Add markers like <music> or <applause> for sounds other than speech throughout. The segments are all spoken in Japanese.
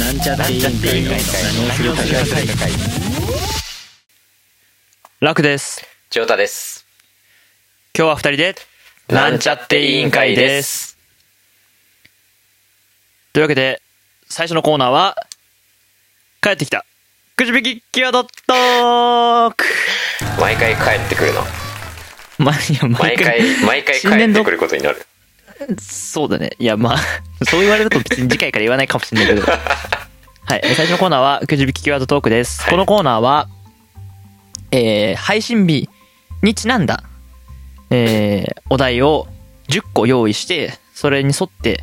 なんちゃって委員会の何をするか会楽です。ジョータです。今日は二人で、なんちゃって委員会です。というわけで、最初のコーナーは、帰ってきた。くじ引きキワドットーク毎回帰ってくるの。まあ、いや、毎毎回回。、毎回新年帰っ度てくることになる。そうだね。いや、まあ、 <laughs> そう言われると別に次回から言わないかもしれないけど。 <laughs> はい。最初のコーナーは、くじ引きキーワードトークです。はいこのコーナーは、えー、配信日にちなんだ、えー、お題を10個用意して、それに沿って、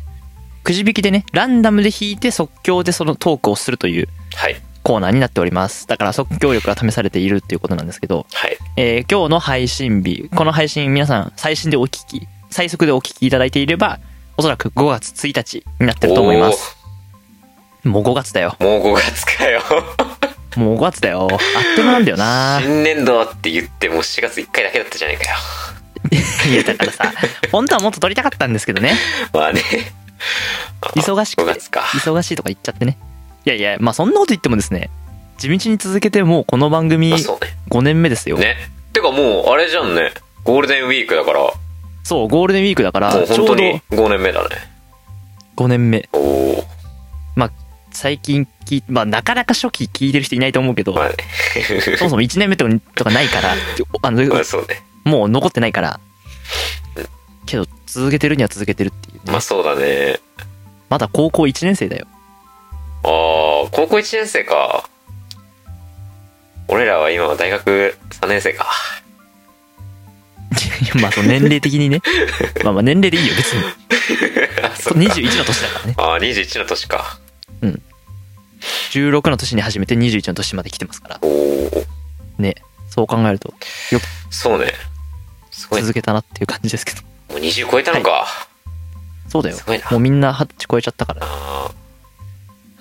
くじ引きでね、ランダムで引いて即興でそのトークをするというはい。コーナーになっております。だから即興力が試されているということなんですけど、はい。えー今日の配信日、この配信皆さん最新でお聞き、最速でお聞きいただいていれば、おそらく5月1日になってると思います。もう5月だよ。おー。もう5月かよ。もう5月だよ。あっという間なんだよ <laughs> な。新年度って言ってもう4月1回だけだったじゃないかよ。いや、だからさ、本当はもっと撮りたかったんですけどね。まあ <laughs> ね。忙しく5て、月か。忙しいとか言っちゃってね。いやいや、まあそんなこと言ってもですね、地道に続けてもうこの番組まあそ5うね。年目ですよ。ね。てかもう、あれじゃんね。ゴールデンウィークだから、もそう、ゴールデンウィークだから、うち本ょ当うどに5年目だね。 5年目。おお。最近聞い、まあなかなか初期聞いてる人いないと思うけど、まあね。 <laughs> そもそも1年目とかないから、あの、 <laughs> まあそうね。もう残ってないから。けど、続けてるには続けてるっていうね、まあそうだね。まだ高校1年生だよ。 <laughs> ああ、高校1年生か。俺らは今は大学3年生 <laughs> か。いやまあ、その年齢的に <laughs> ね。まあまあ、年齢でいいよ、別に。そそっかう21の年だからね。ああ、21の年か。 16の年に始めて21の年まで来てますから。おお。ね。そう考えると、そうね。すごい。も続けたなっていう感じですけど。う20超えたのか。そうだよす。ごいなもうみんな20歳超えちゃったから。あ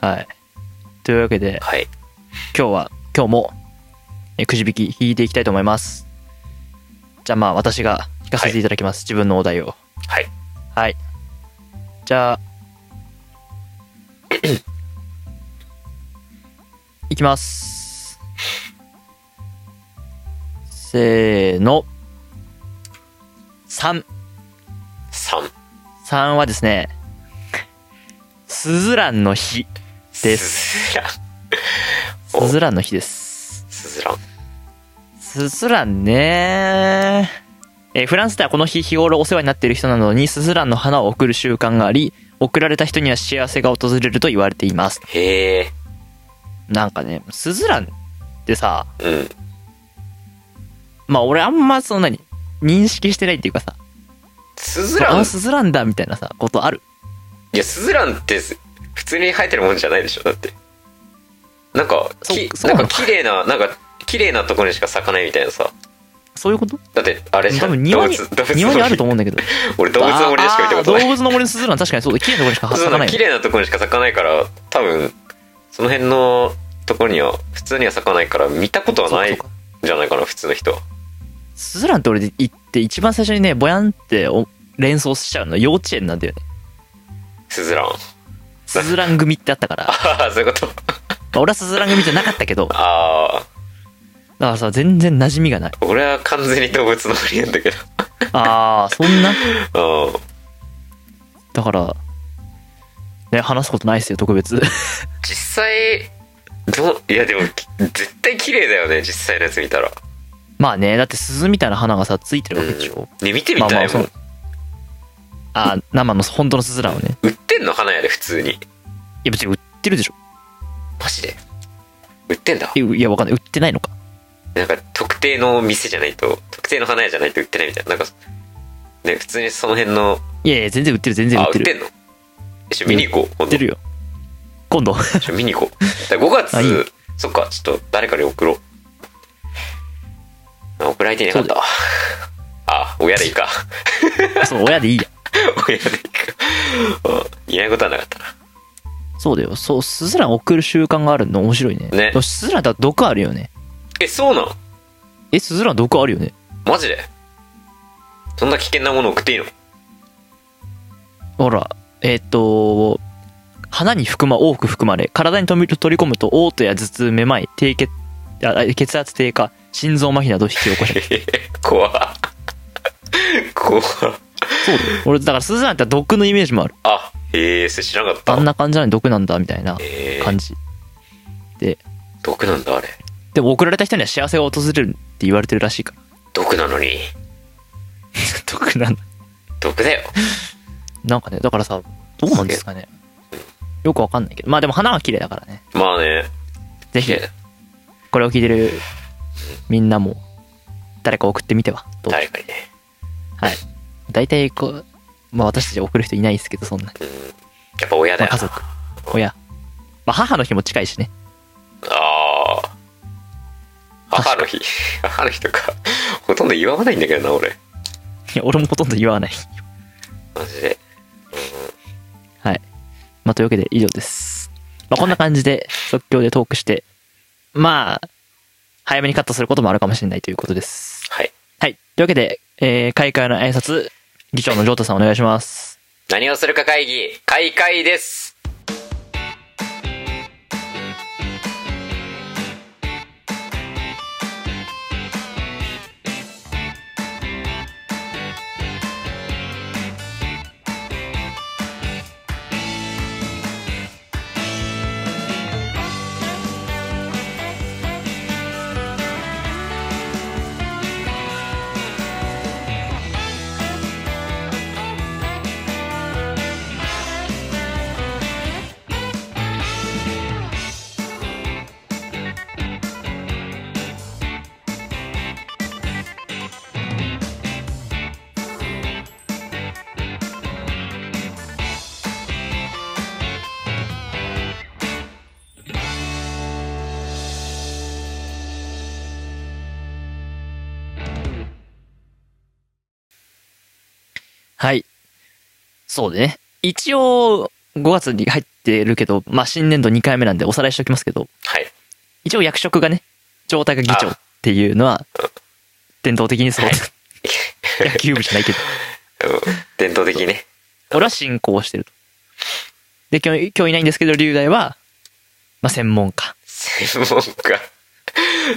はい。というわけであ、、はい。今日は、今日も、えくじ引き引いていきたいと思います。じゃあまあ、私が引かせていただきます。自分のお題を。はい。はい。じゃあ、いきます。せーの。3。 3。 3はですね、スズランの日。です。すずらん。スおズランの日です。すずらん。スズランねえーフランスではこの日日頃お世話になっている人などにスズランの花を贈る習慣があり、贈られた人には幸せが訪れると言われています。へえ。なんかね、スズランってさ、うん。まあ俺あんまそんなに認識してないっていうかさ、すずらあん。あ、いスズランだみたいなさ、ことある。や、すずらんってす普通に生えてるもんじゃないでしょ。だって。なんか、きそうそうなんなかの綺麗な、なんか綺麗なところにしか咲かないみたいなさ。そういうことだって、あれじゃ多ん。分庭に動物動物、庭にあると思思うんだけど。う。俺動物の森でしか見たことないあー。動物の森のスズラン確かにそうだ。綺麗なところにしか咲かそうななのい綺よ。麗なところにしか咲かないから多分その辺のところには普通には咲かないから見たことはないそうんかそうかじゃないかな普通の人はスズランって俺で行って一番最初にね、ぼやんってお連想しちゃうの幼稚園なんだよね。スズランスズラン組ってあったから。ああ <laughs> そういうことまあ俺はスズラン組じゃなかったけど、だかああらさ、全然馴染みがない。俺は完全に動物の森なんだけどあー、そんなあーだから、ね、話すことないですよ、特別。 <laughs> 実際どういやでもき絶対綺麗だよね実際のやつ見たらまあね、だって鈴みたいな花がさ、ついてるわけでしょ。ね見てみまあまたいあ、もそん、う。あ、生の、本当の鈴蘭をね。売ってんの花屋で普通にいや、別に売ってるでしょ。マジで売ってんだえいや、わかんない。売ってないのか。なんか特定の店じゃないと特定の花屋じゃないと売ってないみたいななんかね普通にその辺のいやいや、全然売ってる、全然売あ、っ売てっる。てんの一緒見に行こう。売ってるよ。今度。 <laughs> 今度。一緒見に行こう。だから5月、あいいそっか、ちょっと誰かに送ろう。あ送られていなかったわ。あ、親でいいか。 <laughs> そう、親でいいや。親でいいか。うん言えないことはなかったな。そうだよ。そう、鈴蘭送る習慣があるの面白いね。ねでも鈴蘭だって毒あるよね。え、そうなのえ、鈴蘭毒あるよね。マジでそんな危険なもの送っていいのほら、えーっ、と、花に含ま多く含まれ体に取り取り込むと嘔吐や頭痛めまい低血ああ血圧低下心臓麻痺などを引き起こし <laughs> 怖っ怖っそうだよ俺だからスズランって毒のイメージもあるあへえそれ知らなかったあんな感じなのに毒なんだみたいなえー感じで毒なんだあれでも送られた人には幸せが訪れるって言われてるらしいから <laughs> 毒なのに毒なんだ毒だよなんかねだからさどうなんですかねよくわかんないけどまあでも花は綺麗だからねまあねぜひこれを聞いてるみんなも誰か送ってみてはどうぞ誰かにねはい大体こうまあ私たち送る人いないですけどそんな、やっぱ親まだあ、よ家族親まあ母の日も近いしね <laughs> ああ母の日母の日とかほとんど祝わないんだけどな俺いや俺もほとんど言わないマジではい。まあ、というわけで以上です。まあ、こんな感じで即興でトークして、まあ、早めにカットすることもあるかもしれないということです。はいはい。というわけで、えー、開会の挨拶、議長のジョータさんお願いします。何をするか会議開会ですはい。そうでね。一応、5月に入ってるけど、まあ、新年度2回目なんでおさらいしておきますけど、はい一応役職がね、長太が議長っていうのは、伝統的にそう。 <laughs> 野球部じゃないけど。うん伝統的にね俺は進行してると。で、今日、今日いないんですけど、龍大は、まあ、専門家。専門家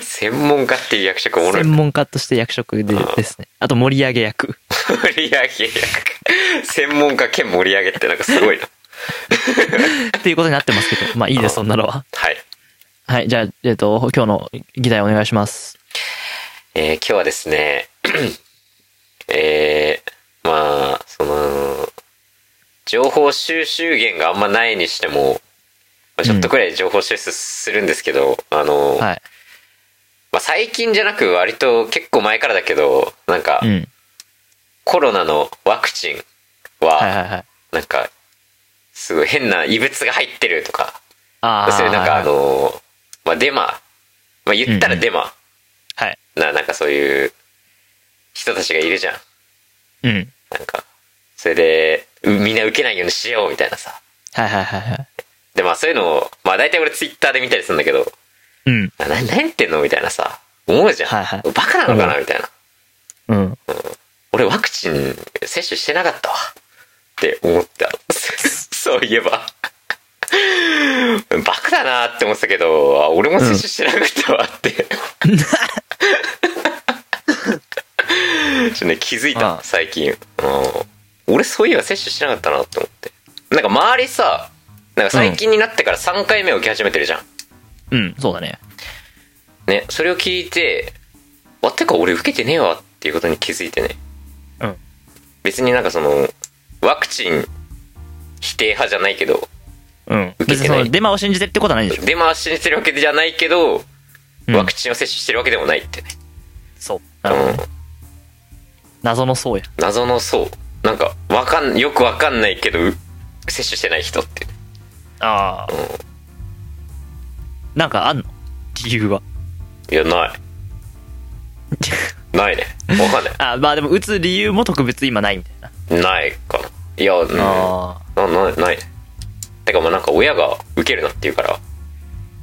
専門家っていう役職おもろい専門家として役職でですね。あと、盛り上げ役。盛り上げ役専門家兼盛り上げってなんかすごいなっていうことになってますけど、まあ、いいです、そんなのは。はいはい、じゃあ、えっ、と、今日の議題お願いします。えー今日はですね、 <clears throat> えーまあ、その、情報収集源があんまないにしても、まあちょっとくらい情報収集するんですけど、あの、はい。まあ、最近じゃなく割と結構前からだけど、なんか、うん。コロナのワクチンはいはは、いはい。なんか、すごい変な異物が入ってるとか、ああ。それなんかあはいの、まあ、デマ、まあ、言ったらデマはい。な、なんかそういう人たちがいるじゃん。うん。なんか、それで、うみんな受けないようにしようみたいなさ。はいはいはいはい。で、まあそういうのを、まあ大体俺ツイッターで見たりするんだけど、うん。な、な、何言ってんのみたいなさ、思うじゃん。はいはいバカなのかなみたいな。うん。俺ワクチン接種してなかったわ。って思った。そういえば。バカだなって思ってたけど、あ俺も接種してなかったわって。ちょっとね、気づいあたあ、最近。うん俺そういえば接種してなかったなって思って。なんか周りさ、なんか最近になってから3回目を受け始めてるじゃん。うん。そうだね。ね、それを聞いて、あ、てか俺受けてねえわっていうことに気づいてね。うん。別になんかそのワクチン否定派じゃないけどうん。受けてない別にその、デマを信じてるってことはないでしょ。出回しにしてるわけじゃないけど、うんワクチンを接種してるわけでもないってねそう。なるほどね。謎のそうや。謎の層なんかわかんよくわかんないけどう接種してない人ってああ。なんかあんの理由は。い <laughs> やないないねわかんなあまあでも打つ理由も特別今ないみたいな。いないかないやうんなあないないねてかまあなんか親が受けるなって言うから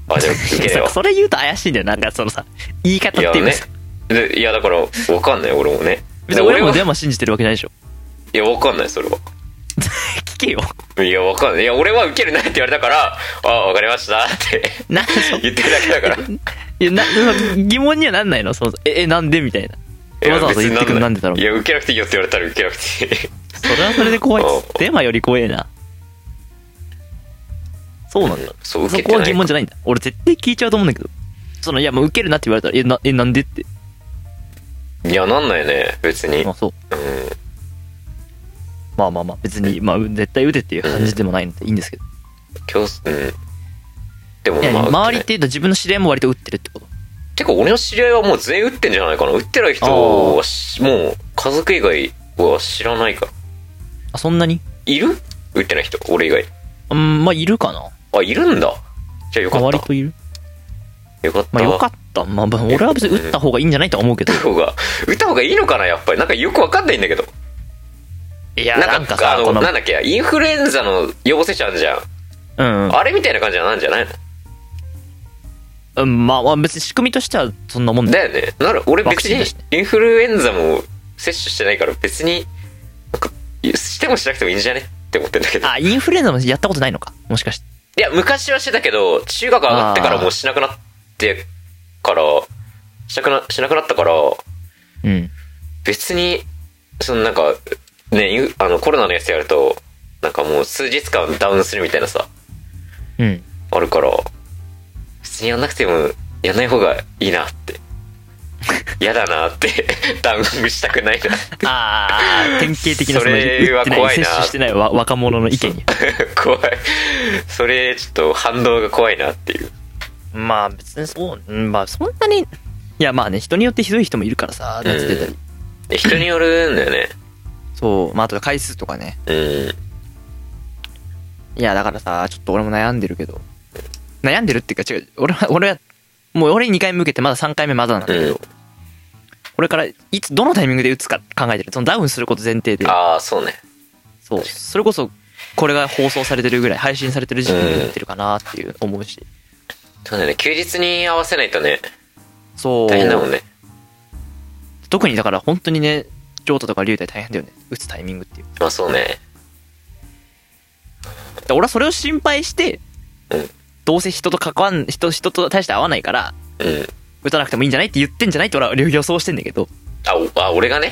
あじゃあ受けねえわ <laughs> そそれ言うと怪しいんだよ。なんかそのさ、言い方いやっていうかねさ。でいやだからわかんない俺もね別に俺もはデマ信じてるわけないでしょ。いやわかんないそれは聞けよ。いや、わかんない。いや、俺は受けるなって言われたから、ああ、わかりましたってなんかそ <laughs> 言ってるだけだから。いやな疑問にはなんないのそのええなんでみたいなわざわざ言ってくるなんでだろういや、受けなくていいよって言われたら受けなくていい。それはそれで怖いっすデマより怖えなそうなんだそう、受そけこてはない疑問じゃないんだ俺絶対聞いちゃうと思うんだけどそのいやもう受けるなって言われたらえなえなんでっていや、なんないね、別に。うんあ。そうまあまあまあ別に、まあ、絶対打てっていう感じでもないのでいいんですけど、今日、うん。でも、いやまあ、周り打。ってていうと自分の知り合いも割と打ってるってことてか、俺の知り合いはもう全員打ってんじゃないかな。打ってない人はし、もう、家族以外は知らないから。あそんなにいる打ってない人、俺以外。うんまあいるかなあ、いるんだ。じゃあよかまあっ割た。といるよかった。まあよかったまあまあ俺は別に打った方がいいんじゃないとは思うけど打った方が、打った方がいいのかな、やっぱり。なんかよくわかんないんだけど。いやななんんかかさあの、このなんだっけ、インフルエンザの陽性者あんじゃん。うんあれみたいな感じなんじゃないのうん、まあまあ別に仕組みとしてはそんなもんだよ。だよね。なら、俺ワク別チンにだしインフルエンザも接種してないから別に、なんか、してもしなくてもいいんじゃねって思ってんだけど。あ、インフルエンザもやったことないのか。もしかして。いや、昔はしてたけど、中学上がってからもうしなくなってから、しなくな、しなくなったから、うん。別に、そのなんか、ね、インあの、コロナのやつやると、なんかもう数日間ダウンするみたいなさ、うん。あるから、別にやんなくても、やんない方がいいなって。嫌だなって、 <laughs> ダウンしたくない <laughs> なって。ああ、典型的なそれは打ってない怖いな接種してないわ若者の意見に。怖い。それ、ちょっと反動が怖いなっていう。まあ別にそう、うんまあそんなに、いやまあね、人によってひどい人もいるからさ、熱出たり。で人によるんだよね。そう、まああと回数とかね。うん。いやだからさ、ちょっと俺も悩んでるけど。悩んでるっていうか違う、俺は、俺は、もう俺2回目受けてまだ3回目まだなんだけど、うんこれからいつ、どのタイミングで打つか考えてる。そのダウンすること前提で。ああ、そうね。そう。それこそ、これが放送されてるぐらい、配信されてる時点で打ってるかなっていう思うし。そうだよね。休日に合わせないとね、そう。大変だもんね。特にだから本当にね、ジョータとかリュウタイ大変だよね。打つタイミングっていう。まあそうね。だから俺はそれを心配して、うんどうせ人と関わん、人、人と対して合わないから、うん。打たなくてもいいんじゃないって言ってんじゃないって俺は予想してんだけど、あ、おあ俺がね。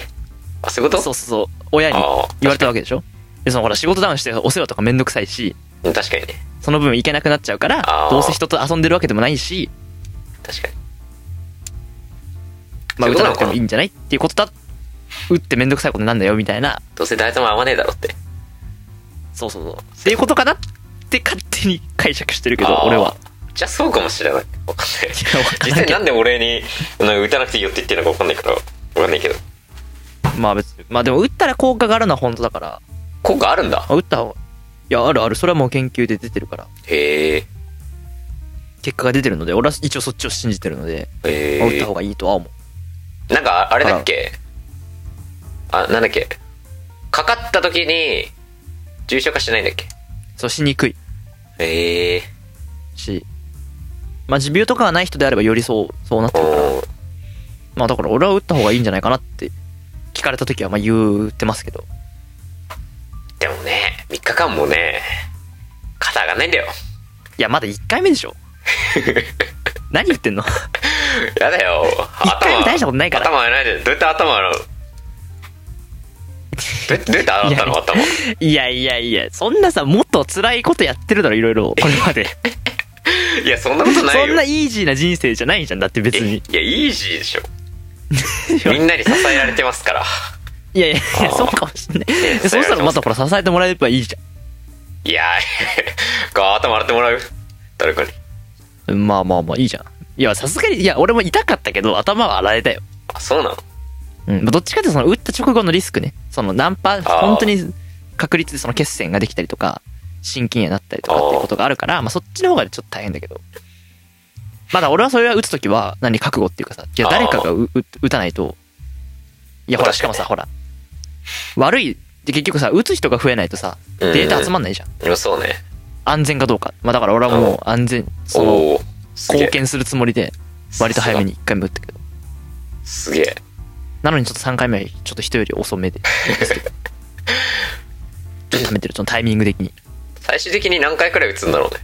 あ、そういうことそうそうそう、親にああ言われたわけでしょで、そのほら仕事ダウンしてお世話とかめんどくさいし、うん確かにね。その分行けなくなっちゃうからあ、あどうせ人と遊んでるわけでもないし、確かに。まあ、そう打いうことたななくのかてなもいいんじゃないっていうことだ。打ってめんどくさいことなんだよ、みたいな。どうせ誰とも合わねえだろうって。そうそうそう。っていうことかなって勝手に解釈してるけどあ、ー俺は。。じゃあそうかもしれない。わかん <laughs> ない。いや、わか実らんけ際どなんで俺に、なんか打たなくていいよって言ってるのかわかんないから、わかんないけど。まあ別に。まあでも、打ったら効果があるのは本当だから、効果あるんだま。あ打った方が、いや、あるある、それはもう研究で出てるから、へえ。結果が出てるので、俺は一応そっちを信じてるので、へまあ打ったえ方。がいいとは思う。なんか、ああれだっけあ、なんだっけかかった時に、重症化しないんだっけそう、しにくいへえ。し、まあ持病とかがない人であればよりそう、そうなっておるから、ーまあだから俺は打った方がいいんじゃないかなって、聞かれた時はまあ言ってますけど、でもね、3日間もね、肩上がんないんだよ。いや、まだ1回目で <laughs> しょ何言ってんのやだよ。一回も大したことないから頭洗えないで。どうやって頭洗うのどうやってどうやって洗ったいの頭。いやいやいや、そんなさ、もっと辛いことやってるだろ、いろいろ、これまで。いや、 <laughs> そんなことないよ。そんなイージーな人生じゃないじゃん、だって別に。えいや、イージーでしょ。みんなに支えられてますから。いやいやいや、あーそうかもしんない。<laughs> やえそしたらまたほら、支えてもらえればいいじいや、 <laughs> こう頭洗ってもらう誰かに。ゃん。まあまあまあ、いいじゃん。いや、さすがに、いや、俺も痛かったけど、頭は洗えたよ。あ、そうなのうん。まあどっちかっていうと、その、打った直後のリスクね。その、ナンパ、ー本当に確率でその血栓ができたりとか、心筋炎になったりとかっていうことがあるから、まあそっちの方がちょっと大変だけど。まだ俺はそれは打つときは、何、覚悟っていうかさ、いや、あー誰かがうう打たないと、いや、ほら、確しかかにもさ、ほら、悪い、で結局さ、打つ人が増えないとさ、データ集まんないじゃん。いやそうね。安全かどうか。まあだから俺はもう安全、その、おお。すげえ貢献するつもりで、割と早めに1回目打ったけど。すげえ。 <laughs> なのにちょっと3回目はちょっと人より遅めで。定めてる、そのタイミング的に。最終的に何回くらい打つんだろうね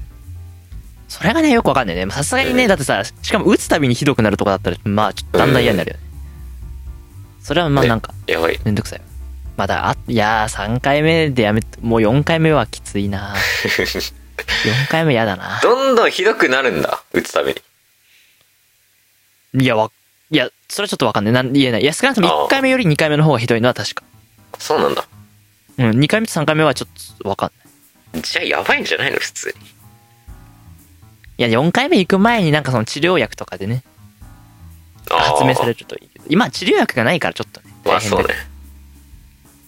それがね、よくわかんないね。まあさすがにね、だってさ、しかも打つたびにひどくなるとかだったら、まあ、ちょっとだんだん嫌になるよね。それはまあねなんか、やばいめんどくさい。まだ、あ、いやー、3回目でやめ、もう4回目はきついな <laughs> 4回目やだなどんどんひどくなるんだ打つたびにいや、わ、いや、それはちょっとわかんない。なん言えない。いや、少なくとも1回目より2回目の方がひどいのは確か。そうなんだうん、2回目と3回目はちょっとわかんない。じゃあやばいんじゃないの普通にいや、4回目行く前になんかその治療薬とかでね、発明されるるといいけど、今は治療薬がないからちょっとね。ま大あ変だそうけどね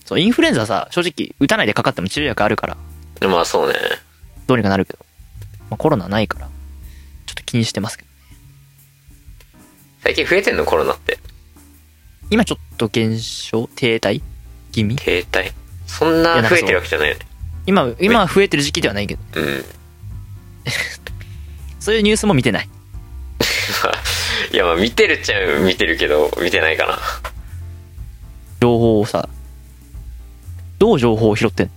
そう、インフルエンザさ、正直、打たないでかかっても治療薬あるから、まあそうねどうにかなるけど、まあ、コロナないから、ちょっと気にしてますけど。最近増えてんのコロナって今ちょっと減少停滞気味停滞そんな増えてるわけじゃないよね今、今は増えてる時期ではないけど、うん <laughs> そういうニュースも見てない。いやまあ見てるっちゃ見てるけど見てないかな情報をさ、どう情報を拾ってんの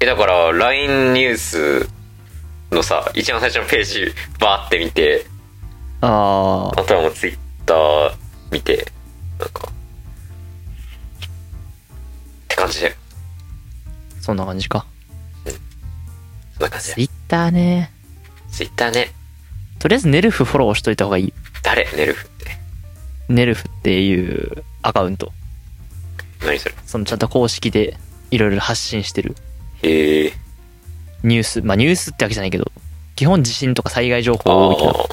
えだから LINE ニュースのさ一番最初のページバーって見てあーあとはもう Twitter 見てなんかって感じでそんな感じか。そんな感じツでイッターね。 Twitter ねとりあえずネルフフォローしといた方がいい。誰ネルフってネルフっていうアカウント。何それそのちゃんと公式でいろいろ発信してる。へえニュース、まあニュースってわけじゃないけど、基本地震とか災害情報あ多いけど、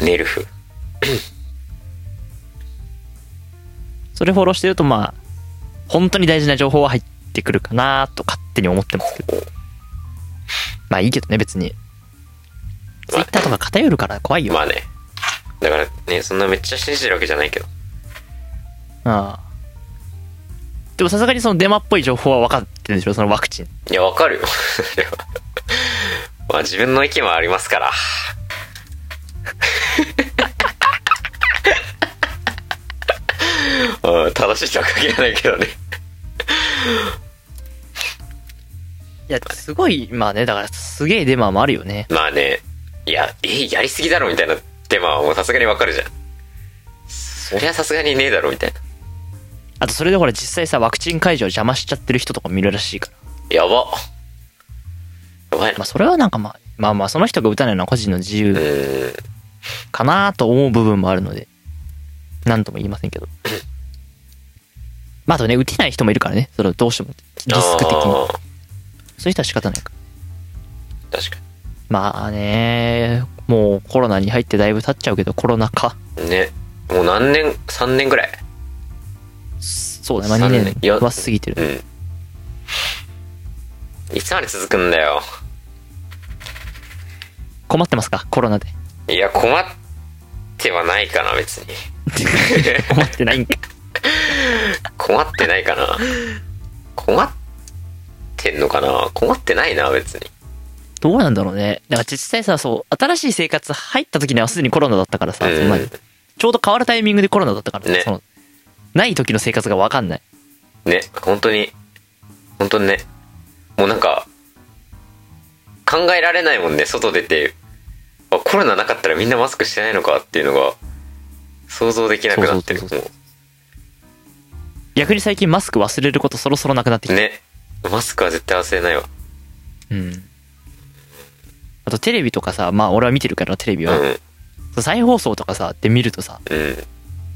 あネルフそれフォローしてるとまあ、本当に大事な情報は入ってくるかなと勝手に思ってますけど。まあいいけどね、別に。ツイッターとか偏るから怖いよ。まあねだからねそんなめっちゃ信じてるわけじゃないけどああ。でもさすがにそのデマっぽい情報は分かってるでしょ、そのワクチン。いやわかるよ <laughs> でもまあ自分の意見はありますから <laughs> うん正しいとは限らないけどねいや、すごい、まあね、だからすげえデマもあるよね。まあねいやえやりすぎだろみたいなデマはもうさすがにわかるじゃんそりゃさすがにねえだろみたいなあとそれでほら実際さ、ワクチン会場邪魔しちゃってる人とか見るらしいから。やばやばいまあなそれはなんかまあ、まあまあその人が打たないのは個人の自う由んかなと思う部分もあるので、なんとも言いませんけど。まああとね、打てない人もいるからね、それはどうしても。リスク的に。あそういう人は仕方ないから。ー確かまあね、もうコロナに入ってだいぶ経っちゃうけど、コロナ禍。にねもう何年3年ぐらいそうだね、まあ三2年年は過ぎてるう。んいつまで続くんだよ困ってますかコロナで。 <laughs> いや困ってはないかな別に困ってないんか。困ってないかな困ってんのかな困ってないな別にどうなんだろうね。だから実際さ、そう、新しい生活入った時にはすでにコロナだったからさ、うんその前にちょうど変わるタイミングでコロナだったからさねその、ない時の生活がわかんない。ね本当に本当にねもうなんか考えられないもんね外出てあコロナなかったらみんなマスクしてないのかっていうのが想像できなくなってるそうもそう逆に最近マスク忘れることそろそろなくなってきうた。ねマスクは絶対忘れないわうん。あとテレビとかさ、まあ俺は見てるからテレビうは。んそう再放送とかさ、って見るとさ、うん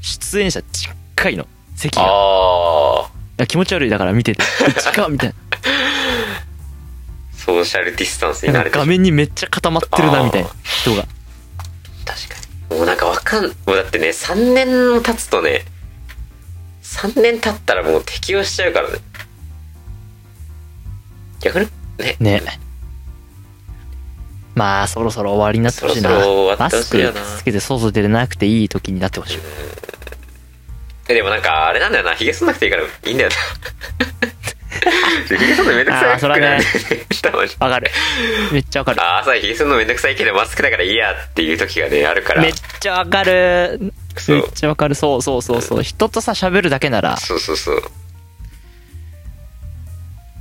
出演者ちっかいの。席が。あいあや気持ち悪いだから見てて。 <laughs> ちっかみたいソーシャルディスタンスにな。ななんれかて画面にめっちゃ固まってるな、みたいな人が。確かにもうなんかわかんもうだってね3年も経つとね3年経ったらもう適応しちゃうからね逆にねねまあそろそろ終わりになってほしいなそろそろ終わっマてほスしいよなクつけて外出れなくていい時になってほしいえでもなんかあれなんだよなヒゲ剃んなくていいからいいんだよなヒゲ剃んのめんどくさあーいそれはねたまにわかるめっちゃわかるあ朝ヒゲ剃んのめんどくさいけどマスクだからいいやっていう時がねあるからめっちゃわかるそうめっちゃわかるそうそうそうそう人とさ喋るだけならそうそうそう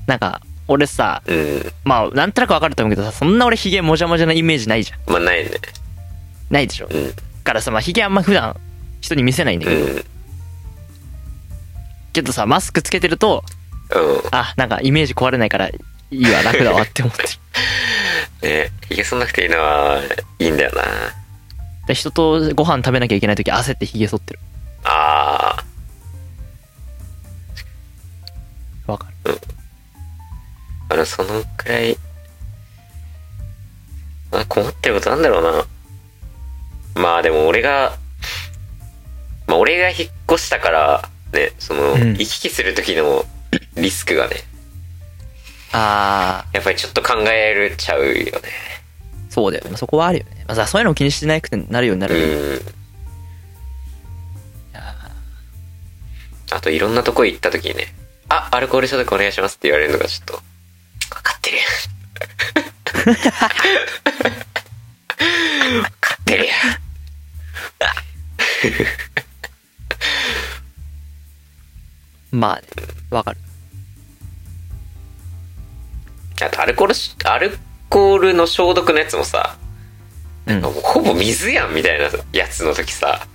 なんか、俺さ、うん。まあ、なんとなくわかると思うけどさ、そんな俺ヒゲもじゃもじゃなイメージないじゃん。まあ、ないね。ないでしょ。だうん。からさ、まあ、ヒゲあんま普段人に見せないんだうけど、ん。けどさ、マスクつけてると、うん。あ、なんかイメージ壊れないから、いいわ、楽だわって思っ <laughs> てる。ね。ひげ剃んなくていいのは、いいんだよな。で人とご飯食べなきゃいけない時焦ってヒゲ剃ってる。ああ。わかる。あの、そのくらい、あ困ってることなんだろうな。まあでも俺が、まあ俺が引っ越したから、ね、その、うん行き来する時のリスクがね、あやっぱりちょっと考えるちゃうよね。ー、そうだよね。そこはあるよね。まあさ、そういうのを気にしてなくてなるようになる。うん。あといろんなとこ行った時にね、あ、アルコール消毒お願いしますって言われるのがちょっと、分かってるやん。分かってるやん。まあね、わかる。あとアルコールし、アルコールの消毒のやつもさ、うん。もうほぼ水やんみたいなやつの時さ、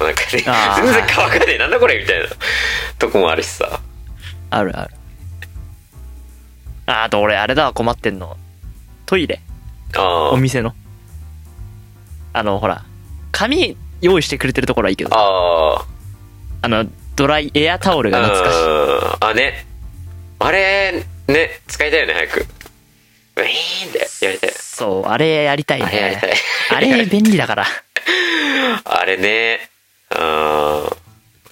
なんかね、あー全然乾かねえ、なんだこれみたいなとこもあるしさ。あるある。ああと俺、あれだわ、困ってんの。トイレ。あおー店の。あの、ほら、紙用意してくれてるところはいいけど、ああー。の、ドライエアタオルが懐かしい。うんあねあれね使いたいよね早くウィーンってやりたいそう、あれやりたいね。あれやりたいあれ便利だから。 <laughs> あれねうん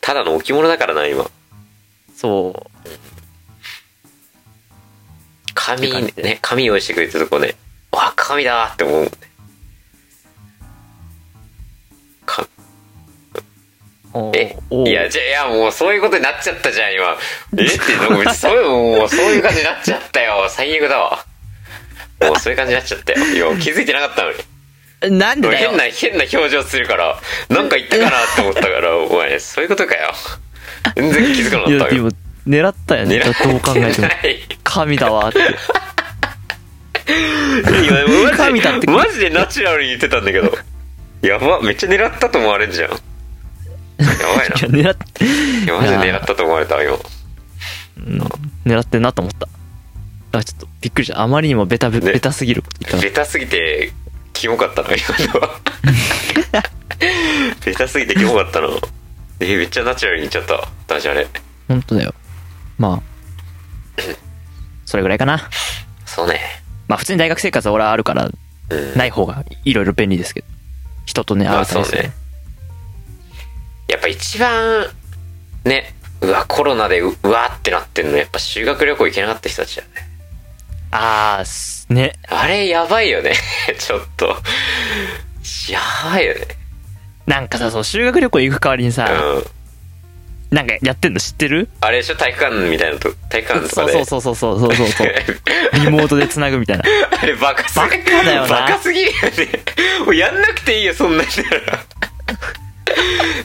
ただの置物だからな今そう。っ紙て感じでね紙用意してくれてるとこねわ紙だーって思うもんねかおーえおーいやじゃいやもうそういうことになっちゃったじゃん今えってなんか別にそういうもうそういう感じになっちゃったよ最悪だわもうそういう感じになっちゃったよいや気づいてなかったのになんでだよ変な、変な表情するから、なんか言ったかなって思った <laughs> から、お前、そういうことかよ。全然気づかいなかやったでよ。も狙ったよね狙どうってな考いえても <laughs> 神だわっていやマジで神だってマジでナチュラルに言ってたんだけど。やば、めっちゃ狙ったと思われんじゃん。やばいな。いや狙っいやマジで狙ったと思われた、今。狙ってんなと思っただからちょっとびっくりしたあまりにもベタベ,、ねベタすぎること言ったなベタすぎて、キモかったな、今 <laughs> のは。ベタすぎてキモかったな。え、めっちゃナチュラルに言っちゃった。ダジャレ。本当だよまあそれぐらいかなそうね。まあ普通に大学生活は俺はあるからうん。ない方がいろいろ便利ですけど人とねま会あうたそうりするねやっぱ一番ねうわコロナでううわーってなってんのやっぱ修学旅行行けなかった人たちだよねああすねあれやばいよね <laughs> ちょっとやばいよねなんかさそう修学旅行行く代わりにさ、うんなんかやってんの知ってるあれでしょ体育館みたいなと体育館とそかうでそうそうそうそうそうそう <laughs> そうリモートでつなぐみたいなあれバカすぎバカだよなバカすぎるよねも <laughs> うやんなくていいよそんなんな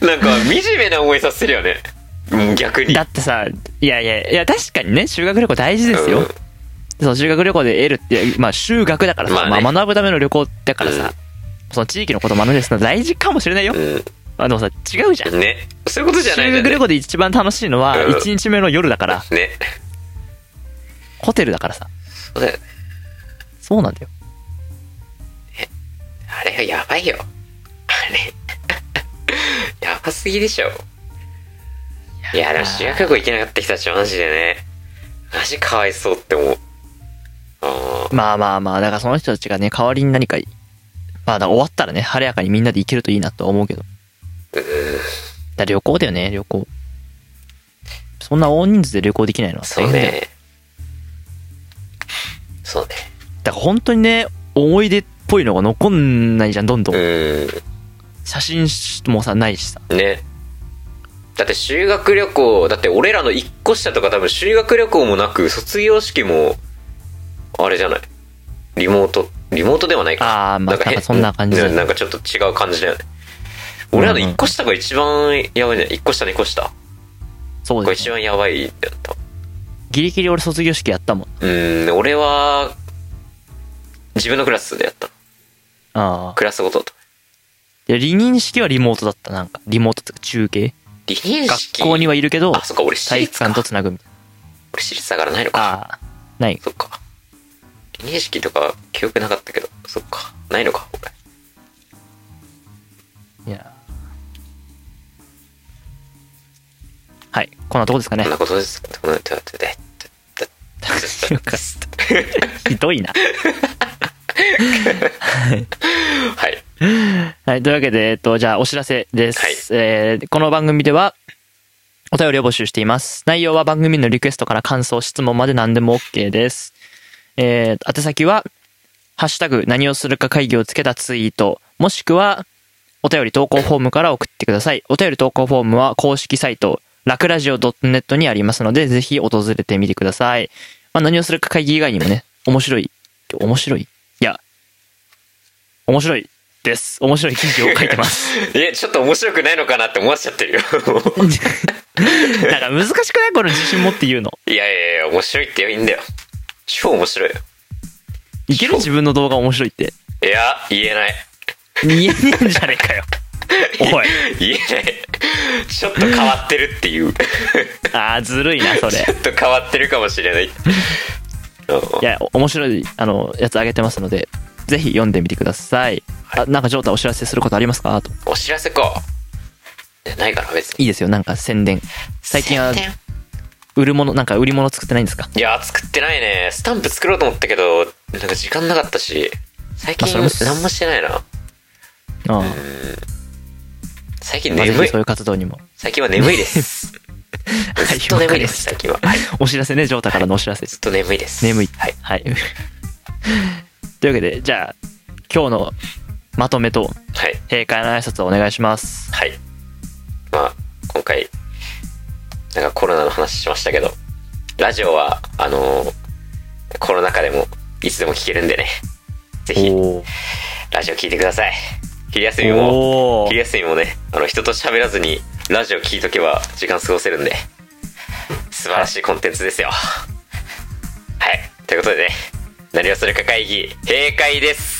ら <laughs> なんか惨めな思いさせてるよねうん逆にだってさ、いやいや、いや、確かにね、修学旅行大事ですよ。うんそう、修学旅行で得るって、まあ、修学だからさ、ままああね学ぶための旅行だからうさ、んその地域のこと学んですのは大事かもしれないよ。うまあ、でもさ、違うじゃん。んねそういうことじゃない修んだよ学旅ね行で一番楽しいのは、うん1日目の夜だから、ねホテルだからさ、そうだよねそうなんだよ。あれはやばいよ。あれ。 <laughs> やばすぎでしょ。いや、でも修学旅行行けなかった人たちマジでね。マジかわいそうって思う。あまあまあまあ、だからその人たちがね、代わりに何か、まあ、だから終わったらね、晴れやかにみんなで行けるといいなとは思うけど。だから旅行だよね、旅行。そんな大人数で旅行できないのはあ、そうだよね。そうね。だから本当にね、思い出っぽいのが残んないじゃん、どんどん。う写真もさ、ないしさ。ん。ね。だって修学旅行、だって俺らの一個下とか多分修学旅行もなく、卒業式も、あれじゃない。リモート、リモートではないか。あー、まあ、なん変かそんな感じねだなんかちょっと違う感じだよね。俺らの一個下が一番やばいね。一個下、二個下。そうがです、一ね。番やばいやった。ギリギリ俺卒業式やったもん。うーん俺は自分のクラスでやったああ。クラスごとだといや、離任式はリモートだった、なんか。リモートっていうか中継離任式学校にはいるけどあ、そっか俺私体立育館かとつなぐみたいな。俺私立だからないのかああ。ない。そっか離任式とか記憶なかったけどそっかないのか俺いや。はい。こんなとこですかねこん。なことですこんなことです <laughs> よかっひどいな。はいはい。というわけで、えっと、じゃあ、お知らせです。はいえーこの番組では、お便りを募集しています。内容は番組のリクエストから感想、質問まで何でも OK です。えー宛先は、ハッシュタグ、何をするか会議をつけたツイート、もしくは、お便り投稿フォームから送ってください。お便り投稿フォームは公式サイト、ラクラジオ .net にありますので、ぜひ訪れてみてください。まあ、何をするか会議以外にもね、面白い、面白いいや、面白いです。面白い記事を書いて <laughs> ます。えちょっと面白くないのかなって思わせちゃってるよなんか難しくないこの自信持って言うの。いやいやいや面白いっていいんだよ超面白いよいける自分の動画面白いって。いや言えない言えねえんじゃねえかよ。おい。言えないちょっと変わってるっていうちああ、ずるいな、それ。ょっと変わってるかもしれないうんいや、お面白い、あの、やつあげてますので、ぜひ読んでみてください。あ、なんか、ジョータお知らせすることありますかと。お知らせかいやないかな別にいいですよ、なんか宣伝。最近は、売るもの、なんか売り物作ってないんですかいや作ってないねスタンプ作ろうと思ったけどなんか時間なかったし最近あそれも何もしてないなああ。最近まあぜ眠ひいそういう活動にも。最近は眠いです <laughs> ずっと眠いですはい最近は、はい、ずっお知らせね、ジョータからのお知らせ。と眠いです眠い。はいはい。 <laughs> というわけで、じゃあ、今日のまとめと、はい閉会の挨拶をお願いします。はい。まあ、今回、なんかコロナの話しましたけど、ラジオは、あのーコロナ禍でも、いつでも聞けるんでね。ぜひ、おーラジオ聞いてください。昼休みも、おー昼休みもね、あの、人と喋らずに、ラジオ聞いとけば、時間過ごせるんで、素晴らしいコンテンツですよ。はい。ということでね、何をするか会議、閉会です